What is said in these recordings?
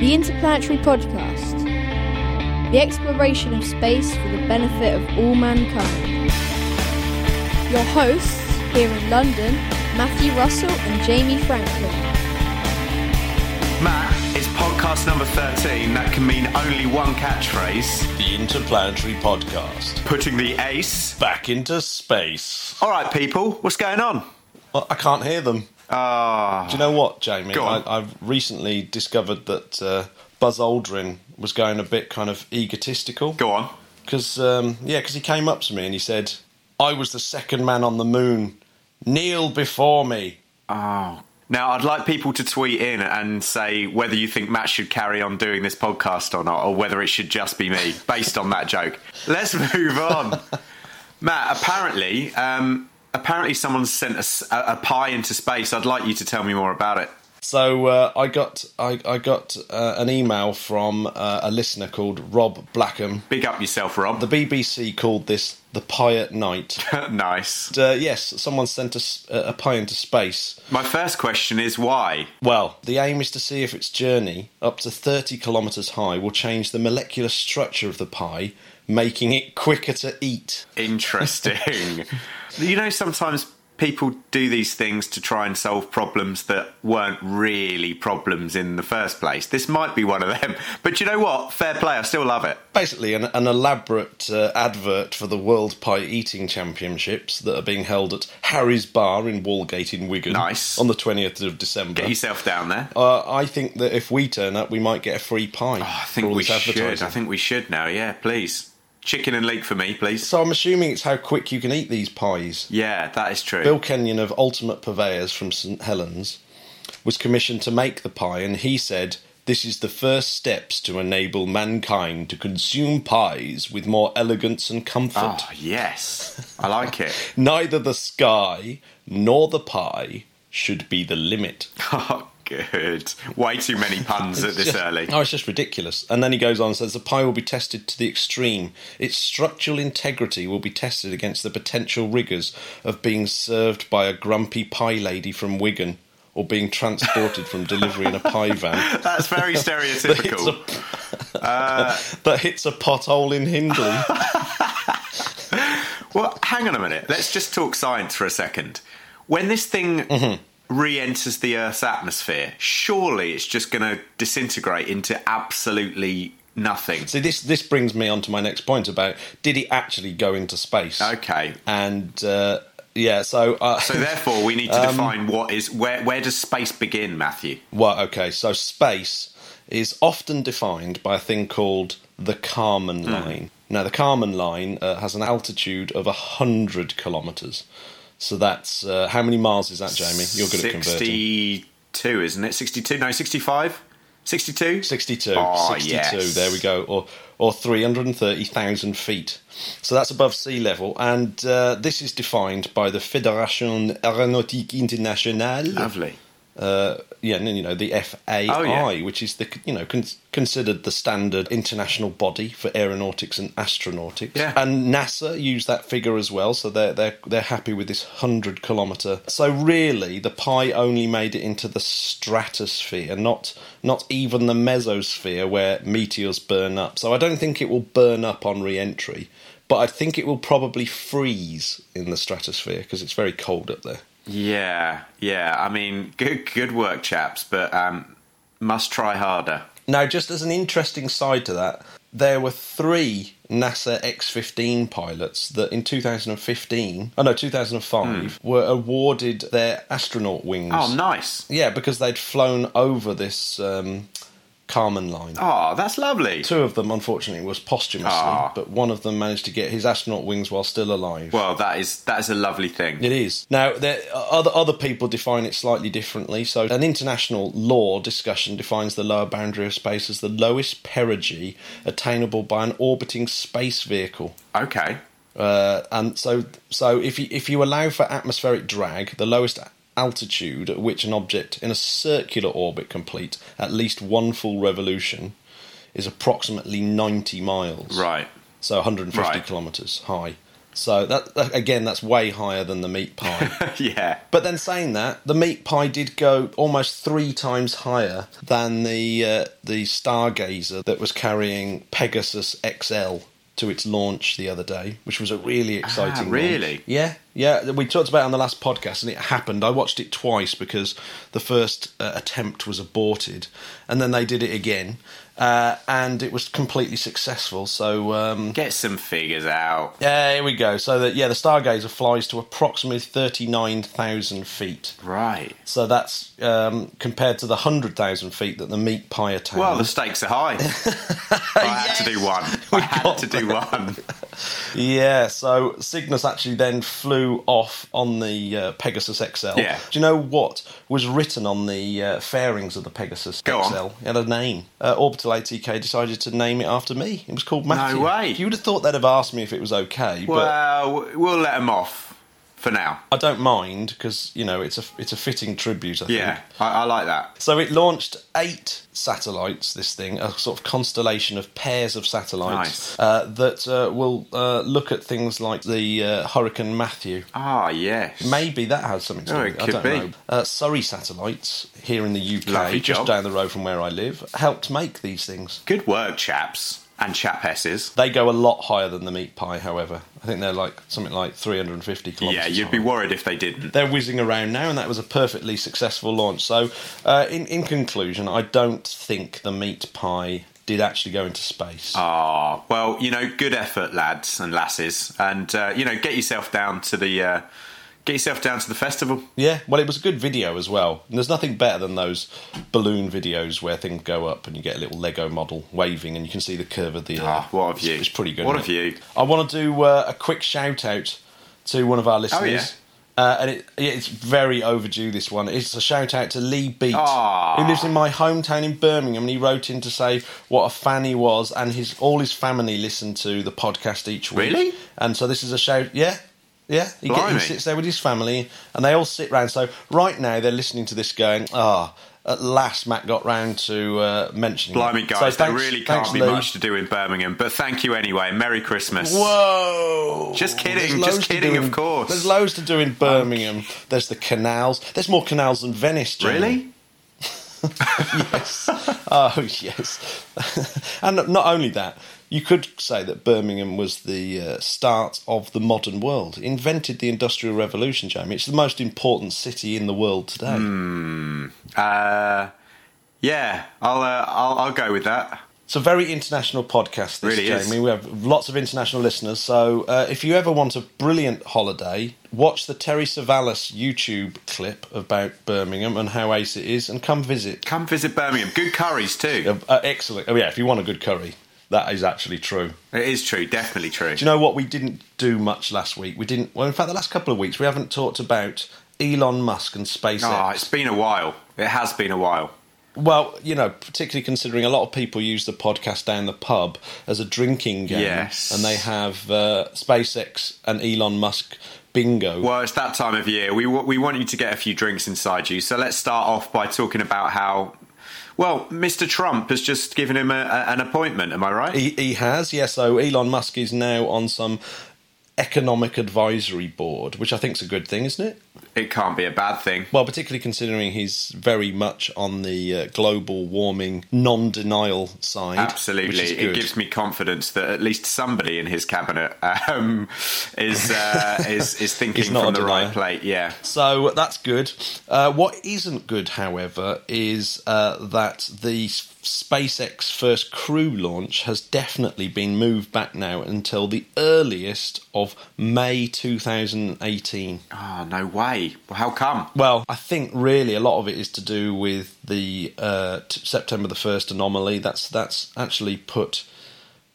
The Interplanetary Podcast The exploration of space for the benefit of all mankind. Your hosts here in London, Matthew Russell and Jamie Franklin. Matt, it's podcast number 13. That can mean only one catchphrase The Interplanetary Podcast. putting the ace. Back into space. All right, people, what's going on? Well, I can't hear them. Ah, Do you know what, Jamie? Go on. I, I've recently discovered that uh, Buzz Aldrin was going a bit kind of egotistical. go on. Because, um, yeah, because he came up to me and he said, I was the second man on the moon. Kneel before me. Oh. Now, I'd like people to tweet in and say whether you think Matt should carry on doing this podcast or not, or whether it should just be me, based on that joke. Let's move on. Matt, apparently, um, apparently someone sent us a, a pie into space. I'd like you to tell me more about it. So uh, I got I, I got uh, an email from uh, a listener called Rob Blackham. Big up yourself, Rob. The BBC called this the Pie at Night. nice. uh, yes, someone sent us a, a pie into space. My first question is why? Well, the aim is to see if its journey up to 30 kilometres high will change the molecular structure of the pie, making it quicker to eat. Interesting. you know, sometimes people do these things to try and solve problems that weren't really problems in the first place. This might be one of them. But you know what? Fair play. I still love it. Basically, an, an elaborate uh, advert for the World Pie Eating Championships that are being held at Harry's Bar in Walgate in Wigan. Nice. On the 20th of December. Get yourself down there. uh, I think that if we turn up, we might get a free pie. Oh, I for think all we this should. advertising. I think we should now. Yeah, please. Chicken and leek for me, please. So I'm assuming it's how quick you can eat these pies. Yeah, that is true. Bill Kenyon of Ultimate Purveyors from St Helens was commissioned to make the pie, and he said, This is the first steps to enable mankind to consume pies with more elegance and comfort. Oh, yes. I like it. Neither the sky nor the pie should be the limit. Oh, good. Way too many puns at this Just- early. Oh, it's just ridiculous. And then he goes on and says the pie will be tested to the extreme. Its structural integrity will be tested against the potential rigours of being served by a grumpy pie lady from Wigan or being transported from delivery in a pie van That's very that hits stereotypical. a, Uh, that hits a pothole in Hindley. Well, hang on a minute. Let's just talk science for a second. When this thing Mm-hmm. re enters the Earth's atmosphere, surely it's just going to disintegrate into absolutely nothing. See, this this brings me on to my next point about did he actually go into space? Okay. And uh, yeah, so uh, So, therefore, we need to Um, define what is where, where does space begin, Matthew? Well, okay, so space is often defined by a thing called the Kármán Hmm. line. Now, the Kármán line uh, has an altitude of 100 kilometres. So that's uh, how many miles is that, Jamie? You're good at converting. 62, isn't it? 62? No, 65? 62? 62. Oh, 62, yes. there we go. Or, or 330,000 feet. So that's above sea level. And uh, this is defined by the Fédération Aéronautique Internationale. Lovely. uh, yeah, and then, you know the FAI, Oh, yeah. which is the you know con- considered the standard international body for aeronautics and astronautics. Yeah. And NASA use that figure as well, so they're they're they're happy with this hundred kilometer. So really, the Pi only made it into the stratosphere, not not even the mesosphere where meteors burn up. So I don't think it will burn up on re-entry. But I think it will probably freeze in the stratosphere because it's very cold up there. Yeah, yeah. I mean, good, good work, chaps, but um, must try harder. Now, just as an interesting side to that, there were three NASA X 15 pilots that in 2015, oh no, 2005, were awarded their astronaut wings. Hmm. Oh, nice. Yeah, because they'd flown over this um, Kármán line. Oh, that's lovely. Two of them, unfortunately, was posthumously, Ah. but one of them managed to get his astronaut wings while still alive. Well, that is that is a lovely thing. It is. Now, there, other, other people define it slightly differently. So, an international law discussion defines the lower boundary of space as the lowest perigee attainable by an orbiting space vehicle. Okay. Uh, and so, so if, you, if you allow for atmospheric drag, the lowest altitude at which an object in a circular orbit complete at least one full revolution is approximately 90 miles. Right. So 150 Right. kilometres high. So that, that again, that's way higher than the meat pie. yeah. but then saying that, the meat pie did go almost three times higher than the uh, the Stargazer that was carrying Pegasus XL to its launch the other day, which was a really exciting. launch. really? Yeah, yeah. We talked about it on the last podcast, and it happened. I watched it twice because the first uh, attempt was aborted, and then they did it again, uh, and it was completely successful. So. Um, Get some figures out. yeah, here we go. So that yeah, the Stargazer flies to approximately thirty-nine thousand feet. Right. So that's um, compared to the hundred thousand feet that the meat pie attained. Well, the stakes are high. I had to do one. I had to do one. yeah. So Cygnus actually then flew off on the uh, Pegasus XL. Yeah. Do you know what was written on the uh, fairings of the Pegasus Go on. XL? It had a name. Uh, Orbital ATK decided to name it after me. It was called Matthew. way. You would have thought they'd have asked me if it was okay, but Well, uh, we'll let them off for now. I don't mind because you know it's a it's a fitting tribute. I think. Yeah, I, I like that. So it launched eight satellites, this thing, a sort of constellation of pairs of Nice. satellites uh, that uh, will uh, look at things like the uh, Hurricane Matthew. Ah, yes. Maybe that has something to do Oh, with it. it could I don't be. know. Uh, Surrey satellites here in the UK, Lovely just job. down the road from where I live, helped make these things. Good work, chaps and chapesses. They go a lot higher than the meat pie, however. I think they're like something like 350 kilometres. Yeah, you'd high. be worried if they didn't. they're whizzing around now, and that was a perfectly successful launch. So, uh, in in conclusion, I don't think the meat pie did actually go into space. Ah, well, you know, good effort, lads and lasses, and uh, you know, get yourself down to the uh, get yourself down to the festival. Yeah, well, it was a good video as well. And there's nothing better than those balloon videos where things go up and you get a little Lego model waving, and you can see the curve of the air. Ah, what a view! It's, it's pretty good. What a isn't it? view! I want to do uh, a quick shout out to one of Oh, our listeners. Uh, and it, yeah, it's very overdue. This one. It's a shout out to Lee Beat, Aw. who lives in my hometown in Birmingham, and he wrote in to say what a fan he was, and his all his family listened to the podcast each week. Really? And so this is a shout. Yeah, yeah. He, get, he Blimey. sits there with his family, and they all sit round. So right now they're listening to this, going, ah. at last, Matt got round to uh, mentioning. it." Blimey, guys, so thanks, there really can't thanks, be Lee. much to do in Birmingham, but thank you anyway. Merry Christmas. Whoa! Just kidding, There's just loads to kidding, do in- of course. There's loads to do in Birmingham. There's the canals. There's more canals than Venice, Jamie. Really? yes. Oh, yes. and not only that, you could say that Birmingham was the uh, start of the modern world, invented the Industrial Revolution, Jamie. It's the most important city in the world today. Hmm. Uh, yeah, I'll, uh, I'll I'll go with that. It's a very international podcast, this, Really Jamie. is. We have lots of international listeners. So uh, if you ever want a brilliant holiday, watch the Terry Savalas YouTube clip about Birmingham and how ace it is and come visit. Come visit Birmingham. Good curries too. Uh, uh, excellent. Oh, yeah, if you want a good curry, that is actually true. It is true, definitely true. Do you know what? We didn't do much last week. We didn't, well, in fact, the last couple of weeks, we haven't talked about Elon Musk and SpaceX. Ah, it's been a while. It has been a while. Well, you know, particularly considering a lot of people use the podcast down the pub as a drinking game. Yes. And they have uh, SpaceX and Elon Musk bingo. Well, it's that time of year. We wa- we want you to get a few drinks inside you. So let's start off by talking about how. Well, Mr. Trump has just given him a, a- an appointment. Am I right? He, he has, yeah. So Elon Musk is now on some economic advisory board, which I think is a good thing, isn't it? it can't be a bad thing. Well, particularly considering he's very much on the uh, global warming non denial side. Absolutely, it gives me confidence that at least somebody in his cabinet um, is, uh, is is thinking not from a the right denier. plate. Yeah, So that's good. Uh, what isn't good, however, is uh, that the S- SpaceX first crew launch has definitely been moved back now until the earliest of May 2018. Oh, no way. Well, how come? Well, I think really a lot of it is to do with the uh, t- September the first anomaly. That's that's actually put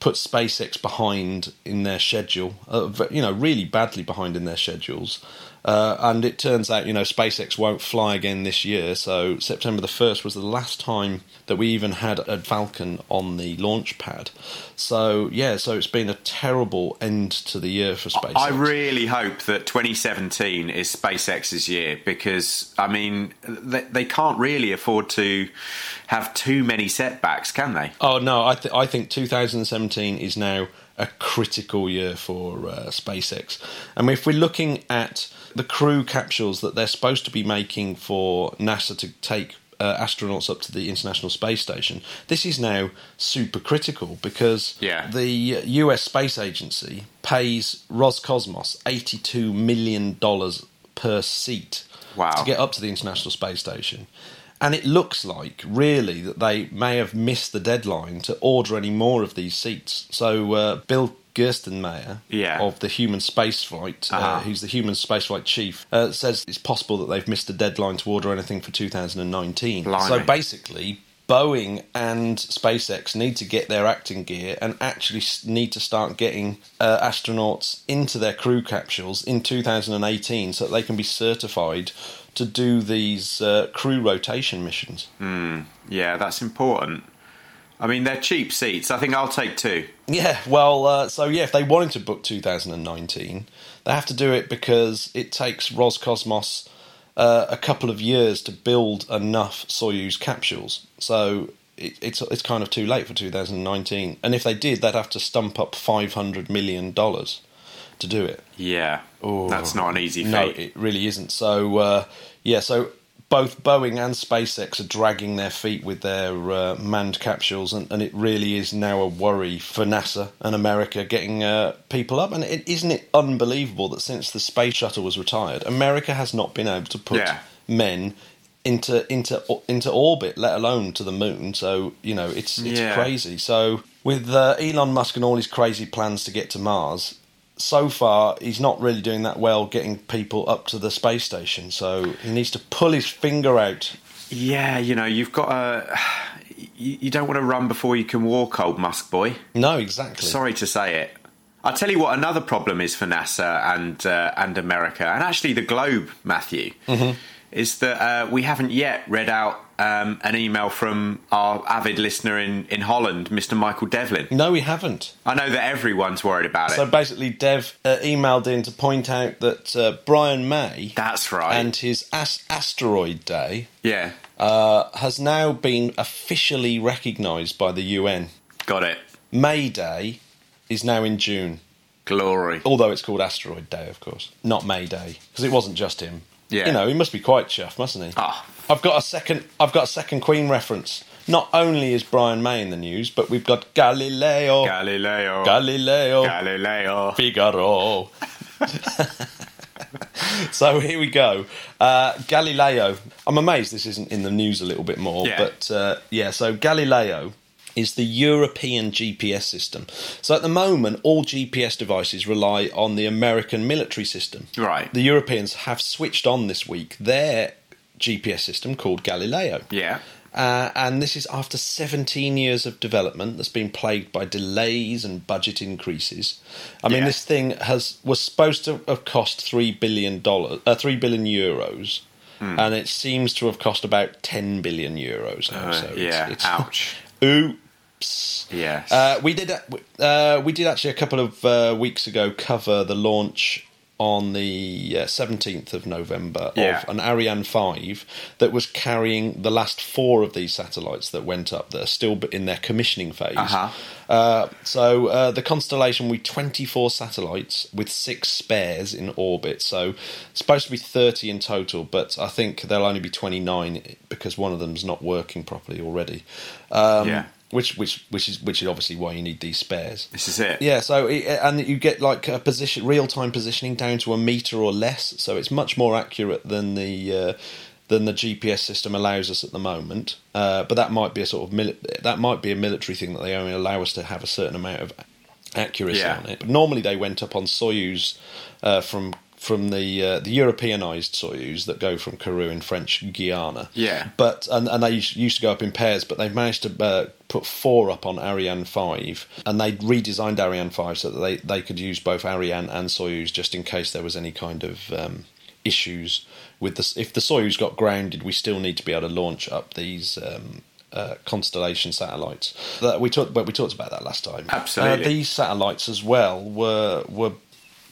put SpaceX behind in their schedule. Uh, v- you know, really badly behind in their schedules. Uh, and it turns out, you know, SpaceX won't fly again this year. So September the first was the last time that we even had a Falcon on the launch pad. So yeah, so it's been a terrible end to the year for SpaceX. I really hope that 2017 is SpaceX's year because, I mean, they, they can't really afford to have too many setbacks, can they? Oh no, I, th- I think 2017 is now a critical year for uh, SpaceX. And if we're looking at the crew capsules that they're supposed to be making for NASA to take uh, astronauts up to the International Space Station, this is now super critical because Yeah. the US Space Agency pays Roscosmos $82 million per seat Wow. to get up to the International Space Station. And it looks like, really, that they may have missed the deadline to order any more of these seats. So, uh, Bill Gerstenmaier Yeah. of the Human Spaceflight, uh Uh-huh. who's the Human Spaceflight Chief, uh, says it's possible that they've missed the deadline to order anything for 2019. Blimey. So, basically, Boeing and SpaceX need to get their acting gear and actually s- need to start getting uh, astronauts into their crew capsules in 2018 so that they can be certified to do these uh, crew rotation missions. Yeah, that's important. I mean, they're cheap seats. I think I'll take two. Yeah, well, uh, so yeah, if they wanted to book 2019, they have to do it because it takes Roscosmos uh, a couple of years to build enough Soyuz capsules. So it, it's it's kind of too late for 2019. And if they did, they'd have to stump up 500 million dollars to do it. Yeah, that's not an easy feat. Oh. No, it really isn't. So uh, yeah, so both Boeing and SpaceX are dragging their feet with their uh, manned capsules, and, and it really is now a worry for NASA and America getting uh, people up. And it, isn't it unbelievable that since the space shuttle was retired, America has not been able to put Yeah. men into into into orbit, let alone to the moon. So you know, it's it's Yeah. crazy. So with uh, Elon Musk and all his crazy plans to get to Mars, so far he's not really doing that well getting people up to the space station. So he needs to pull his finger out. yeah, you know, you've got a. You, you don't want to run before you can walk, old Musk boy. No, exactly. Sorry to say it. I'll tell you what another problem is for NASA and uh, and America, and actually the globe, Matthew, Mm-hmm. is that uh, we haven't yet read out um, an email from our avid listener in, in Holland, Mr. Michael Devlin. No, we haven't. I know that everyone's worried about it. Mm. So basically, Dev uh, emailed in to point out that uh, Brian May That's right. and his as- asteroid day yeah, uh, has now been officially recognised by the UN. got it. May Day is now in June, Glory. although it's called Asteroid Day, of course, not May Day, because it wasn't just him. Yeah. you know, he must be quite chuffed, mustn't he? Ah. I've got a second. I've got a second Queen reference. Not only is Brian May in the news, but we've got Galileo, Galileo. Galileo, Galileo. Figaro. so here we go. Uh, Galileo. I'm amazed this isn't in the news a little bit more, Yeah. but uh, yeah, so Galileo is the European GPS system. So at the moment, all GPS devices rely on the American military system. Right. The Europeans have switched on this week their GPS system called Galileo. Yeah. Uh, and this is after 17 years of development that's been plagued by delays and budget increases. I mean, Yeah. this thing has was supposed to have cost three billion dollars, uh, three billion euros, Hmm. and it seems to have cost about 10 billion euros now. Uh, so it's- yeah. it's- Ouch. Oops. Yes. Uh, we did. Uh, we did actually a couple of uh, weeks ago cover the launch on the uh, seventeenth of November Yeah. of an Ariane five that was carrying the last four of these satellites that went up. That are still in their commissioning phase. Uh-huh. Uh, so uh, the constellation we twenty four satellites with six spares in orbit. So it's supposed to be thirty in total, but I think there'll only be twenty nine because one of them's not working properly already. Um, Yeah. which which which is which is obviously why you need these spares. this is it. Yeah, so it, and you get like a position real time positioning down to a meter or less, so it's much more accurate than the uh, than the GPS system allows us at the moment. Uh, but that might be a sort of mili- that might be a military thing that they only allow us to have a certain amount of accuracy Yeah. on it. But normally they went up on Soyuz uh, from from the uh, the Europeanized Soyuz that go from Kourou in French Guiana. Yeah. But and, and they used used to go up in pairs, but they've managed to uh, put four up on Ariane five, and they redesigned Ariane five so that they they could use both Ariane and Soyuz just in case there was any kind of um, issues with this. If the Soyuz got grounded, we still need to be able to launch up these. Um, uh, constellation satellites that we talked, but we talked about that last time. Absolutely. Uh, these satellites as well were were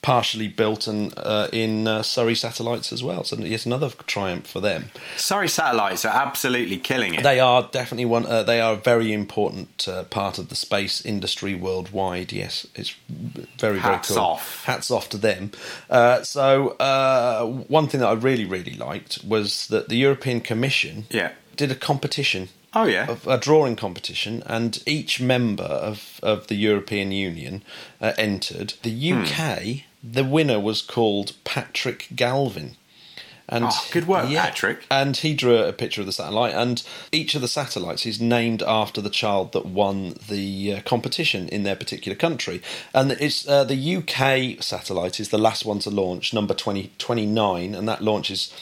partially built and uh, in uh, Surrey satellites as well. So yet another triumph for them. Surrey satellites are absolutely killing it. They are definitely one. Uh, they are a very important uh, part of the space industry worldwide. Yes, it's very very Hats cool. off. Hats off to them. Uh, so uh, one thing that I really really liked was that the European Commission Yeah. did a competition oh yeah. of a drawing competition, and each member of, of the European Union uh, entered. Hmm. The UK, the winner was called Patrick Galvin. And Oh, good work, Patrick. And he drew a picture of the satellite, and each of the satellites is named after the child that won the uh, competition in their particular country. And it's uh, the UK satellite is the last one to launch, number 20, 29, and that launches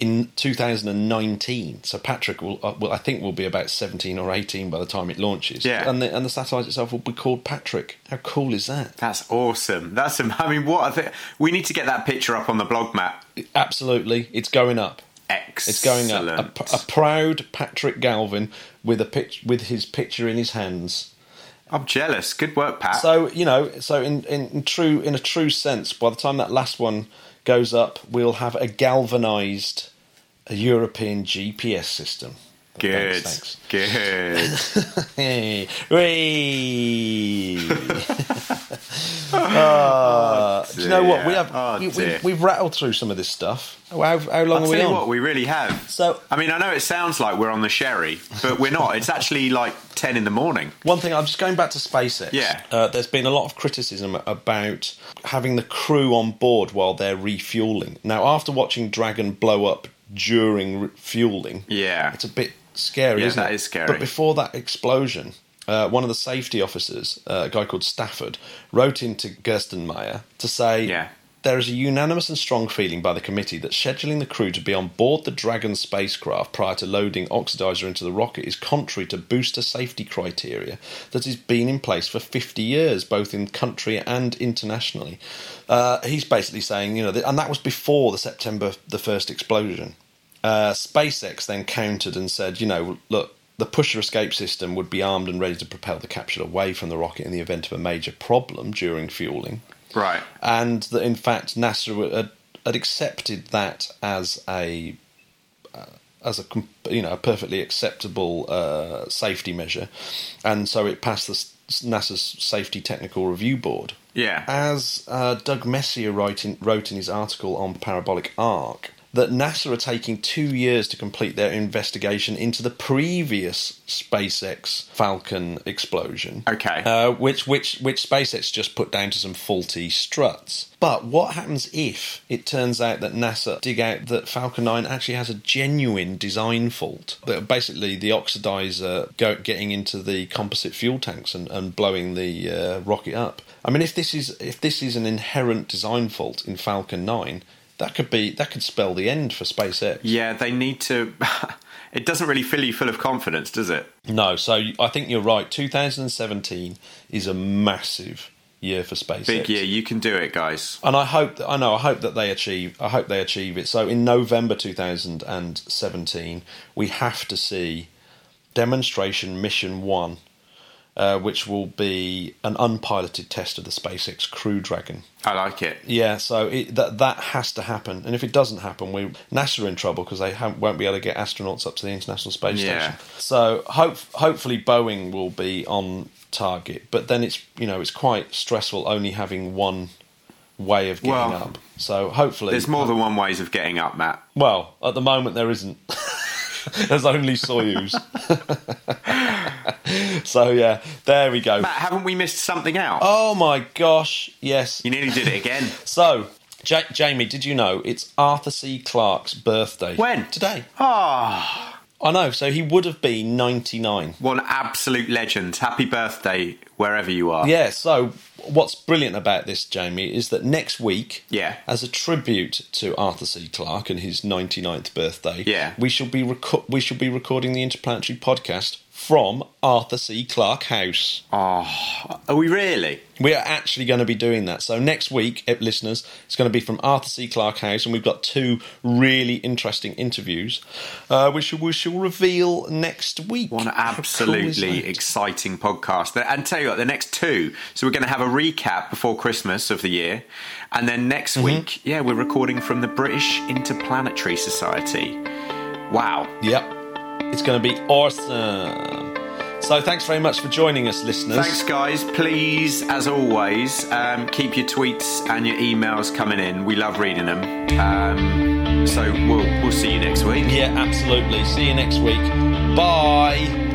in 2019. So Patrick will, uh, will, I think, will be about 17 or 18 by the time it launches. Yeah. And the and the satellite itself will be called Patrick. How cool is that? That's awesome. That's am- I mean, what I think we need to get that picture up on the blog map. Absolutely, it's going up. Excellent. It's going up. A, a proud Patrick Galvin with a pic- with his picture in his hands. I'm jealous. Good work, Pat. So you know, so in, in, in true in a true sense, by the time that last one goes up, we'll have a galvanized European GPS system. good. Thanks, Good. thanks. Hey, whee. Ah, do you know what we Oh, dear. have? Oh, we, dear. have we've rattled through some of this stuff. How, how long I'll are we tell on? you what, we really have. So- I mean, I know it sounds like we're on the sherry, but we're not. It's actually like ten in the morning. One thing, I'm just going back to SpaceX. Yeah. Uh, there's been a lot of criticism about having the crew on board while they're refueling. Now, after watching Dragon blow up during re- fueling, Yeah. it's a bit scary, Yeah, isn't that it? is scary. But before that explosion, uh, one of the safety officers, uh, a guy called Stafford, wrote into Gerstenmaier to say, Yeah. there is a unanimous and strong feeling by the committee that scheduling the crew to be on board the Dragon spacecraft prior to loading oxidizer into the rocket is contrary to booster safety criteria that has been in place for 50 years, both in country and internationally. Uh, he's basically saying, you know, that, and that was before the September the first explosion. Uh, SpaceX then countered and said, you know, look, the pusher escape system would be armed and ready to propel the capsule away from the rocket in the event of a major problem during fueling Right. and that in fact NASA had, had accepted that as a uh, as a com- you know a perfectly acceptable uh, safety measure, and so it passed the s- NASA's Safety Technical Review Board. Yeah. As uh, Doug Messier wrote in, wrote in his article on parabolic arc, that NASA are taking two years to complete their investigation into the previous SpaceX Falcon explosion. Okay. Uh, which which which SpaceX just put down to some faulty struts. But what happens if it turns out that NASA dig out that Falcon 9 actually has a genuine design fault? That basically the oxidizer go, getting into the composite fuel tanks and, and blowing the uh, rocket up. I mean, if this is if this is an inherent design fault in Falcon 9, that could be that could spell the end for SpaceX. Yeah, they need to. it doesn't really fill you full of confidence, does it? No, so you- I think you're right. 2017 is a massive year for SpaceX. Big year. You can do it, guys. and I hope that I know. I hope that they achieve. I hope they achieve it. So in November 2017, we have to see demonstration mission one, uh, which will be an unpiloted test of the SpaceX Crew Dragon. I like it. Yeah, so it, that that has to happen. And if it doesn't happen, we NASA are in trouble because they ha- won't be able to get astronauts up to the International Space Yeah. Station. So hope hopefully Boeing will be on target. But then it's you know it's quite stressful only having one way of getting Well, up. So hopefully There's more than one ways of getting up, Matt. Well, at the moment there isn't. There's only Soyuz. so yeah, there we go. Matt, haven't we missed something out? Oh my gosh, yes. You nearly did it again. So, ja- Jamie, did you know it's Arthur C. Clarke's birthday? When? Today. Ah, I know, so he would have been 99. one absolute legend. Happy birthday, wherever you are. Yeah, so what's brilliant about this, Jamie, is that next week, Yeah. as a tribute to Arthur C. Clarke and his 99th birthday, Yeah. we shall be reco- we shall be recording the Interplanetary podcast from Arthur C. Clarke House. Oh, are we really? We are actually going to be doing that. So next week, eh, listeners, it's going to be from Arthur C. Clarke House, and we've got two really interesting interviews, uh, which we shall reveal next week. One How cool is absolutely that? exciting podcast. The- And tell you what, the next two. So we're going to have a recap before Christmas of the year. And then next Mm-hmm. week, yeah, we're recording from the British Interplanetary Society. Wow. Yep, it's going to be awesome. So thanks very much for joining us, listeners. Thanks, guys. Please, as always, um, keep your tweets and your emails coming in. We love reading them. Um, so we'll, we'll see you next week. Yeah, absolutely. See you next week. Bye.